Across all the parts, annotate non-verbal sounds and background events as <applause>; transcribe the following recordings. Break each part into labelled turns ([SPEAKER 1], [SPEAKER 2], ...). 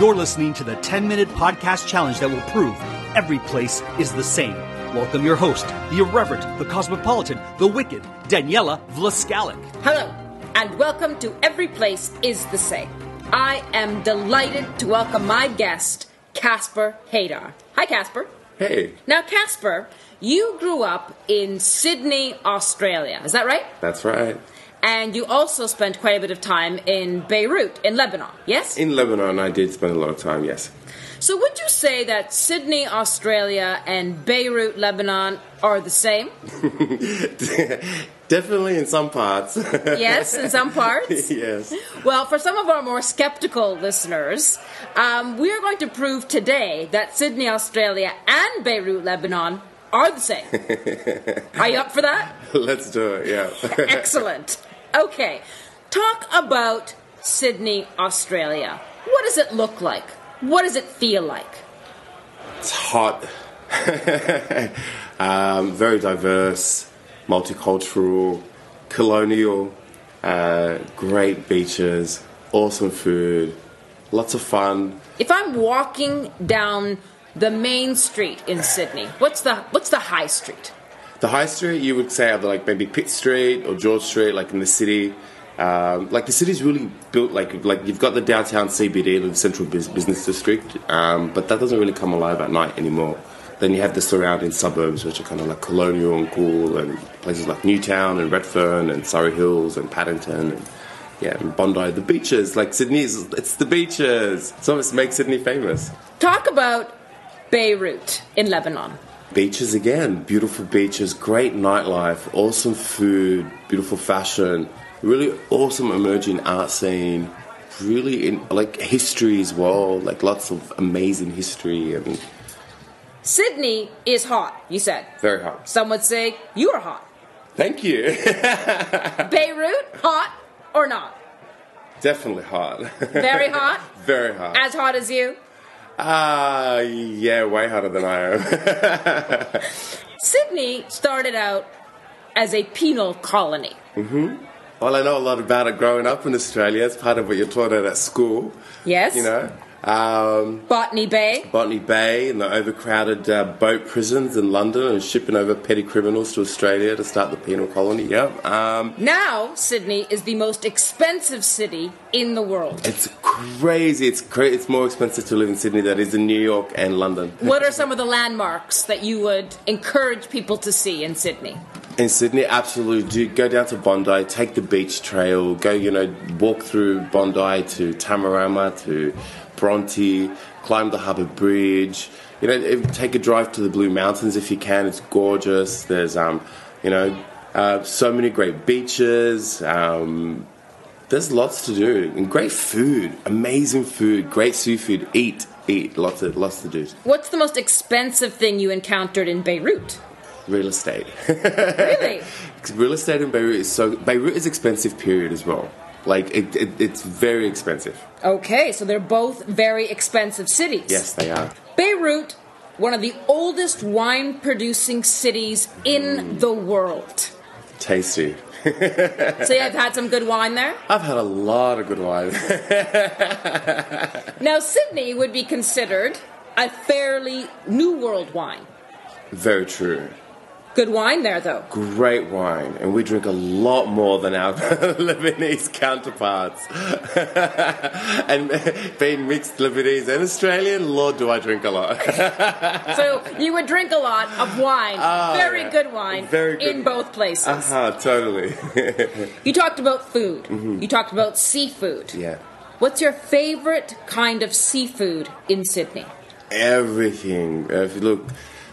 [SPEAKER 1] You're listening to the 10 minute podcast challenge that will prove every place is the same. Welcome your host, the irreverent, the cosmopolitan, the wicked, Daniela Vlaskalik.
[SPEAKER 2] Hello, and welcome to Every Place is the Same. I am delighted to welcome my guest, Casper Haydar. Hi, Casper.
[SPEAKER 3] Hey,
[SPEAKER 2] Now, Casper, you grew up in Sydney, Australia. Is that right?
[SPEAKER 3] that's right.
[SPEAKER 2] And you also spent quite a bit of time in Beirut, in Lebanon. Yes?
[SPEAKER 3] In Lebanon, I did spend a lot of time, yes. <laughs>
[SPEAKER 2] So, would you say that Sydney, Australia, and Beirut, Lebanon are the same?
[SPEAKER 3] Definitely in some parts. <laughs>
[SPEAKER 2] Yes, in some parts?
[SPEAKER 3] yes.
[SPEAKER 2] Well, for some of our more skeptical listeners, um, we are going to prove today that Sydney, Australia, and Beirut, Lebanon are the same. are you up for that?
[SPEAKER 3] Let's do it, yeah.
[SPEAKER 2] Excellent. Okay, talk about Sydney, Australia. What does it look like? What does it feel like?
[SPEAKER 3] it's hot, <laughs> um, very diverse, multicultural, colonial, uh, great beaches, awesome food, lots of fun.
[SPEAKER 2] If I'm walking down the main street in Sydney, what's the what's the high street?
[SPEAKER 3] The high street, you would say, either like maybe Pitt Street or George Street, like in the city. Um, like the city's really built like like you've got the downtown CBD, the central bus- business district, um, but that doesn't really come alive at night anymore. Then you have the surrounding suburbs, which are kind of like colonial and cool, and places like Newtown and Redfern and Surrey Hills and Paddington, and yeah, and Bondi. The beaches, like Sydney's, it's the beaches. So it makes Sydney famous.
[SPEAKER 2] Talk about Beirut in Lebanon.
[SPEAKER 3] Beaches again, beautiful beaches, great nightlife, awesome food, beautiful fashion, really awesome emerging art scene, really in, like history as well, like lots of amazing history. I mean,
[SPEAKER 2] Sydney is hot, you said.
[SPEAKER 3] very hot.
[SPEAKER 2] Some would say you are hot.
[SPEAKER 3] Thank you. <laughs>
[SPEAKER 2] Beirut, hot or not?
[SPEAKER 3] Definitely hot. <laughs>
[SPEAKER 2] Very hot?
[SPEAKER 3] very hot.
[SPEAKER 2] As hot as you?
[SPEAKER 3] Ah, yeah, way hotter than I am. <laughs>
[SPEAKER 2] Sydney started out as a penal colony.
[SPEAKER 3] well, I know a lot about it growing up in Australia. It's part of what you're taught at at school.
[SPEAKER 2] Yes?
[SPEAKER 3] You know. Um,
[SPEAKER 2] Botany Bay.
[SPEAKER 3] Botany Bay and the overcrowded uh, boat prisons in London and shipping over petty criminals to Australia to start the penal colony. Yeah, um,
[SPEAKER 2] Now, Sydney is the most expensive city in the world.
[SPEAKER 3] it's crazy. It's cra- It's more expensive to live in Sydney than it is in New York and London.
[SPEAKER 2] What are some of the landmarks that you would encourage people to see in Sydney?
[SPEAKER 3] In Sydney, absolutely do go down to Bondi, take the beach trail, go you know walk through Bondi to Tamarama to Bronte, climb the Harbour Bridge. You know, if- take a drive to the Blue Mountains if you can. It's gorgeous. There's um, you know, uh, so many great beaches. Um, there's lots to do and great food, amazing food, great seafood. Eat, eat, lots of lots to do.
[SPEAKER 2] What's the most expensive thing you encountered in
[SPEAKER 3] <laughs>
[SPEAKER 2] Beirut?
[SPEAKER 3] Real estate.
[SPEAKER 2] Really?
[SPEAKER 3] Real estate in Beirut is so Beirut is expensive. Period as well. Like it, it, it's very expensive.
[SPEAKER 2] Okay, so they're both very expensive cities.
[SPEAKER 3] Yes, they are.
[SPEAKER 2] Beirut, one of the oldest wine producing cities in the world.
[SPEAKER 3] Tasty.
[SPEAKER 2] So you've had some good wine there?
[SPEAKER 3] I've had a lot of good wine. <laughs>
[SPEAKER 2] Now, Sydney would be considered a fairly New World wine.
[SPEAKER 3] very true.
[SPEAKER 2] Good wine there, though.
[SPEAKER 3] Great wine, and we drink a lot more than our <laughs> Lebanese counterparts. <laughs> and <laughs> being mixed Lebanese and Australian, Lord, do I drink a lot. <laughs>
[SPEAKER 2] So you would drink a lot of wine,
[SPEAKER 3] Ah,
[SPEAKER 2] very
[SPEAKER 3] yeah.
[SPEAKER 2] good wine,
[SPEAKER 3] Very good. Um,
[SPEAKER 2] in both places.
[SPEAKER 3] Aha, totally.
[SPEAKER 2] You talked about food. You talked about seafood.
[SPEAKER 3] mm-hmm. yeah.
[SPEAKER 2] What's your favorite kind of seafood in Sydney?
[SPEAKER 3] everything. Uh, If you look,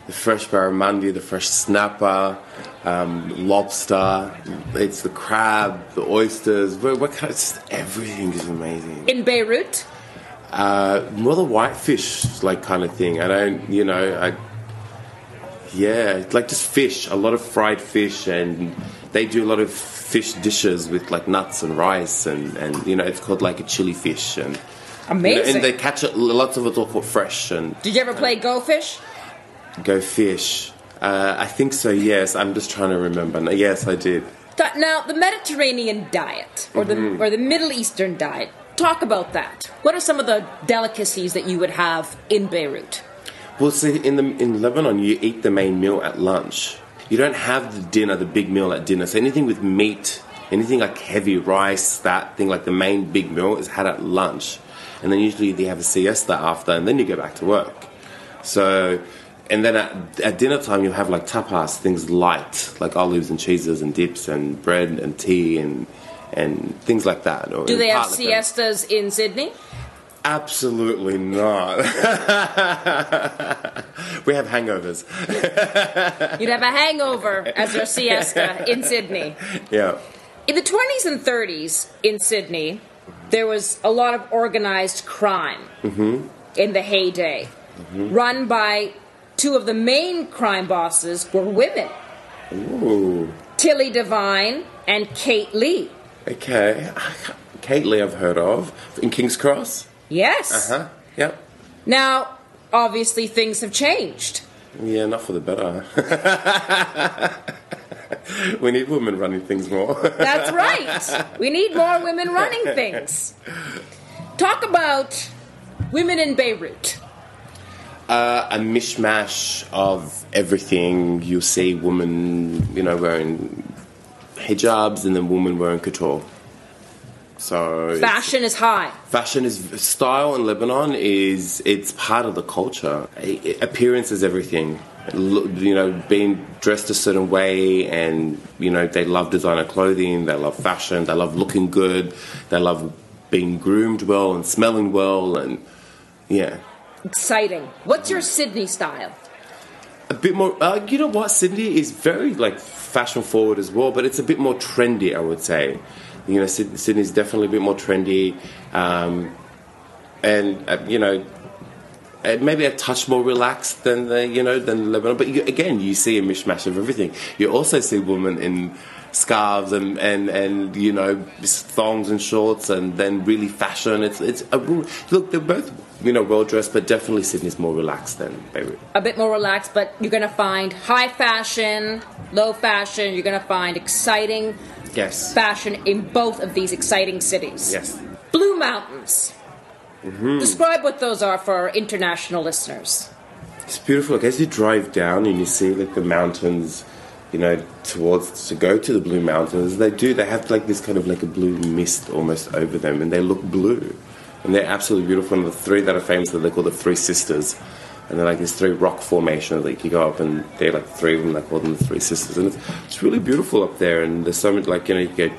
[SPEAKER 3] the fresh barramundi, the fresh snapper, um, lobster, it's the crab, the oysters. What, what kind of, just everything is amazing.
[SPEAKER 2] In Beirut,
[SPEAKER 3] Uh, more the whitefish like kind of thing. I don't, you know, I yeah, like just fish, a lot of fried fish, and they do a lot of fish dishes with like nuts and rice, and and you know, it's called like a chili fish, and
[SPEAKER 2] Amazing.
[SPEAKER 3] and they catch it. Lots of it's all caught fresh, and
[SPEAKER 2] did you ever play
[SPEAKER 3] Uh,
[SPEAKER 2] Go Fish?
[SPEAKER 3] Go fish. Uh, I think so. Yes, I'm just trying to remember. No, Yes, I did.
[SPEAKER 2] Th- Now, the Mediterranean diet, or the or the Middle Eastern diet. talk about that. What are some of the delicacies that you would have in Beirut?
[SPEAKER 3] Well, see, in the in Lebanon, you eat the main meal at lunch. You don't have the dinner, the big meal at dinner. So anything with meat, anything like heavy rice, that thing like the main big meal is had at lunch, and then usually they have a siesta after, and then you go back to work. So, and then at, at dinner time you have like tapas, things light, like olives and cheeses and dips and bread and tea and and things like that. Or
[SPEAKER 2] Do they have
[SPEAKER 3] partly-
[SPEAKER 2] siestas in Sydney?
[SPEAKER 3] Absolutely not. <laughs> we have hangovers.
[SPEAKER 2] You'd have a hangover as your siesta in Sydney.
[SPEAKER 3] Yeah.
[SPEAKER 2] In the 20s and 30s in Sydney, there was a lot of organized crime in the heyday, run by two of the main crime bosses were women,
[SPEAKER 3] Ooh.
[SPEAKER 2] Tilly Devine and Kate Lee.
[SPEAKER 3] Okay. Kately, I've heard of in King's Cross.
[SPEAKER 2] Yes.
[SPEAKER 3] Huh? Yep.
[SPEAKER 2] Now, obviously, things have changed.
[SPEAKER 3] Yeah, not for the better. <laughs> we need women running things more. <laughs>
[SPEAKER 2] That's right. We need more women running things. Talk about women in Beirut.
[SPEAKER 3] Uh, a mishmash of everything. You see women, you know, wearing hijabs, and then women wearing couture. So it's-
[SPEAKER 2] Fashion is high.
[SPEAKER 3] fashion is style in Lebanon is it's part of the culture. I- I- appearance is everything. Lo- You know, being dressed a certain way, and you know they love designer clothing, they love fashion, they love looking good, they love being groomed well and smelling well, and yeah,
[SPEAKER 2] Exciting. What's your Sydney style?
[SPEAKER 3] a bit more. Uh, you know what, Sydney is very like fashion forward as well, but it's a bit more trendy, I would say. You know, Syd- Sydney's definitely a bit more trendy, um, and uh, you know, and maybe a touch more relaxed than the you know than Lebanon. But you, again, you see a mishmash of everything. You also see women in scarves and and and you know thongs and shorts, and then really fashion. It's it's a real- look. They're both you know well dressed, but definitely Sydney's more relaxed than Beirut.
[SPEAKER 2] a bit more relaxed, but you're going to find high fashion, low fashion. You're going to find exciting
[SPEAKER 3] Yes.
[SPEAKER 2] fashion in both of these exciting cities.
[SPEAKER 3] Yes.
[SPEAKER 2] Blue Mountains. Describe what those are for our international listeners.
[SPEAKER 3] It's beautiful. Like, as you drive down and you see like the mountains, you know, towards to go to the Blue Mountains, they do. They have like this kind of like a blue mist almost over them, and they look blue, and they're absolutely beautiful. And the three that are famous, that they call the Three Sisters, and they're like these three rock formations. Like you go up, and they're like three of them. They call them the Three Sisters, and it's, it's really beautiful up there. And there's so much like you know you get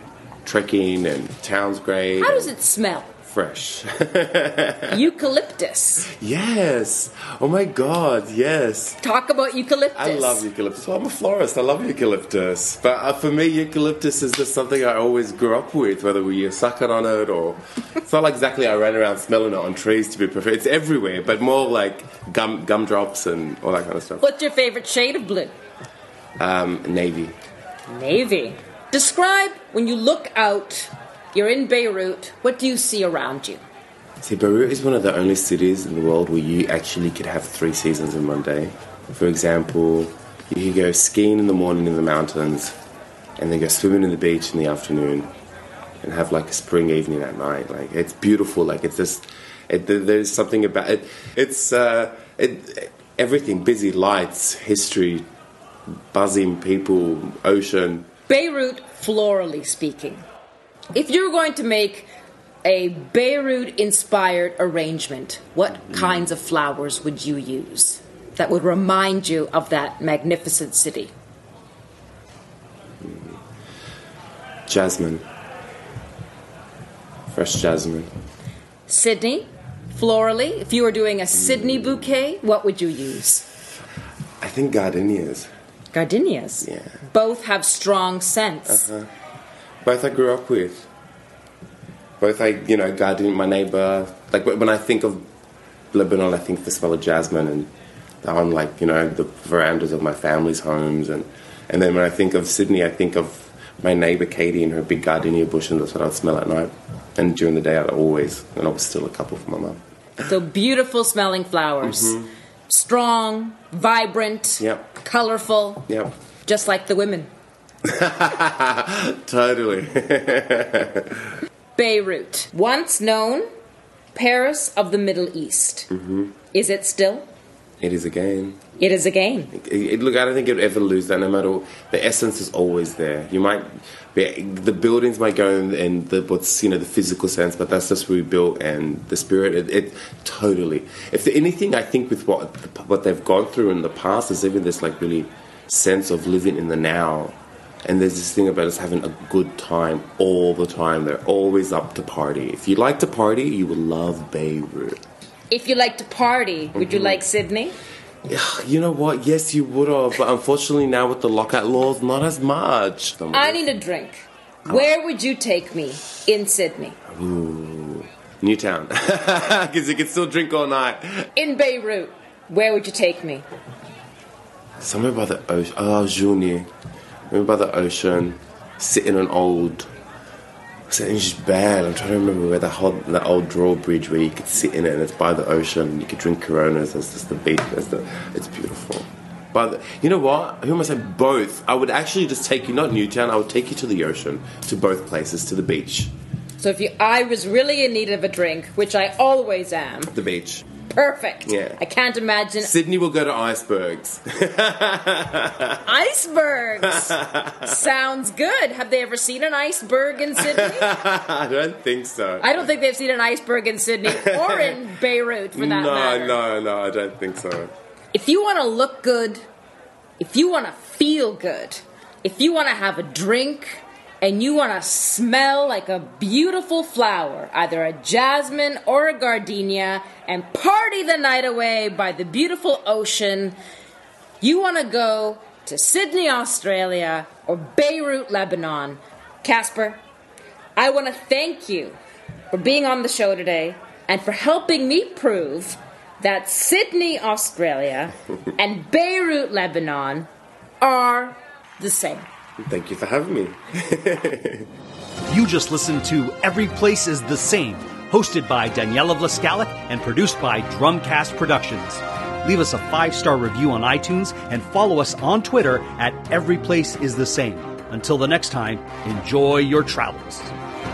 [SPEAKER 3] trekking and town's great.
[SPEAKER 2] How
[SPEAKER 3] and
[SPEAKER 2] does it smell?
[SPEAKER 3] fresh? <laughs>
[SPEAKER 2] eucalyptus.
[SPEAKER 3] yes. Oh my God. Yes.
[SPEAKER 2] Talk about eucalyptus.
[SPEAKER 3] I love eucalyptus. Well, I'm a florist. I love eucalyptus. But uh, for me, eucalyptus is just something I always grew up with, whether we are sucking on it or. It's not exactly I ran around smelling it on trees to be perfect. It's everywhere, but more like gum gumdrops and all that kind of stuff.
[SPEAKER 2] What's your favorite shade of blue?
[SPEAKER 3] Um, navy.
[SPEAKER 2] Navy. Describe when you look out, you're in Beirut, what do you see around you?
[SPEAKER 3] See, Beirut is one of the only cities in the world where you actually could have three seasons in one day. For example, you could go skiing in the morning in the mountains, and then go swimming in the beach in the afternoon, and have like a spring evening at night. Like it's beautiful. Like it's just it, there- there's something about it. It's uh, it, everything: busy lights, history, buzzing people, ocean.
[SPEAKER 2] Beirut, florally speaking. If you're going to make a Beirut inspired arrangement, what kinds of flowers would you use that would remind you of that magnificent city?
[SPEAKER 3] Jasmine, fresh jasmine.
[SPEAKER 2] Sydney, florally, if you were doing a Sydney bouquet, what would you use?
[SPEAKER 3] I think gardenias.
[SPEAKER 2] Gardenias.
[SPEAKER 3] Yeah.
[SPEAKER 2] Both have strong scents.
[SPEAKER 3] Uh-huh. Both I grew up with. Both I, you know, gardening my neighbour. Like when when I think of Lebanon, I think the smell of jasmine and on like you know the verandas of my family's homes, and and then when I think of Sydney, I think of my neighbour Katie and her big gardenia bush, and that's what I'd smell at night. And during the day, I'd always, and I was still a couple for my mum.
[SPEAKER 2] So beautiful smelling flowers. Strong, vibrant,
[SPEAKER 3] Mm-hmm. Yep.
[SPEAKER 2] colorful,
[SPEAKER 3] Yeah,
[SPEAKER 2] just like the women.
[SPEAKER 3] totally.
[SPEAKER 2] Beirut, once known Paris of the Middle East.
[SPEAKER 3] Mm-hmm.
[SPEAKER 2] Is it still?
[SPEAKER 3] It is again.
[SPEAKER 2] It is again.
[SPEAKER 3] It, it- look, I don't think it'd ever lose that. No matter the essence is always there. You might be, the buildings might go in, in the what's you know the physical sense, but that's just rebuilt and the spirit. It, it totally. If there, anything, I think with what what they've gone through in the past is even this like really sense of living in the now. And there's this thing about us having a good time all the time. They're always up to party. If you like to party, you will love Beirut.
[SPEAKER 2] If you like to party, would you
[SPEAKER 3] Mm-hmm.
[SPEAKER 2] like Sydney?
[SPEAKER 3] <sighs> You know what? Yes, you would have, but unfortunately now with the lockout laws, not as much.
[SPEAKER 2] I need a drink. Where would you take me in Sydney?
[SPEAKER 3] <laughs> Newtown, because you can still drink all night.
[SPEAKER 2] In Beirut, where would you take me?
[SPEAKER 3] Somewhere by the ocean. Oh, Juni. Maybe by the ocean, sit in an old. It's an English bad. I'm trying to remember where the whole that old drawbridge where you could sit in it, and it's by the ocean. and You could drink Coronas. It's just the beach. It's, the, it's beautiful. But you know what? Who am I saying? Both. I would actually just take you, not Newtown. I would take you to the ocean, to both places, to the beach.
[SPEAKER 2] So if you, I was really in need of a drink, which I always am.
[SPEAKER 3] The beach.
[SPEAKER 2] Perfect.
[SPEAKER 3] Yeah.
[SPEAKER 2] I can't imagine
[SPEAKER 3] Sydney will go to icebergs. <laughs>
[SPEAKER 2] icebergs. Sounds good. Have they ever seen an iceberg in Sydney?
[SPEAKER 3] I don't think so.
[SPEAKER 2] I don't think they've seen an iceberg in Sydney or
[SPEAKER 3] <laughs>
[SPEAKER 2] in Beirut for that
[SPEAKER 3] no,
[SPEAKER 2] matter.
[SPEAKER 3] no, no, I don't think so.
[SPEAKER 2] If you want to look good, if you want to feel good, if you want to have a drink, and you want to smell like a beautiful flower, either a jasmine or a gardenia, and party the night away by the beautiful ocean, you want to go to Sydney, Australia, or Beirut, Lebanon. Casper, I want to thank you for being on the show today and for helping me prove that Sydney, Australia, and Beirut, Lebanon are the same.
[SPEAKER 3] Thank you for having me.
[SPEAKER 1] You just listened to Every Place is the Same, hosted by Daniela Vlaskalic and produced by Drumcast Productions. Leave us a five star review on iTunes and follow us on Twitter at Every Place is the Same. Until the next time, enjoy your travels.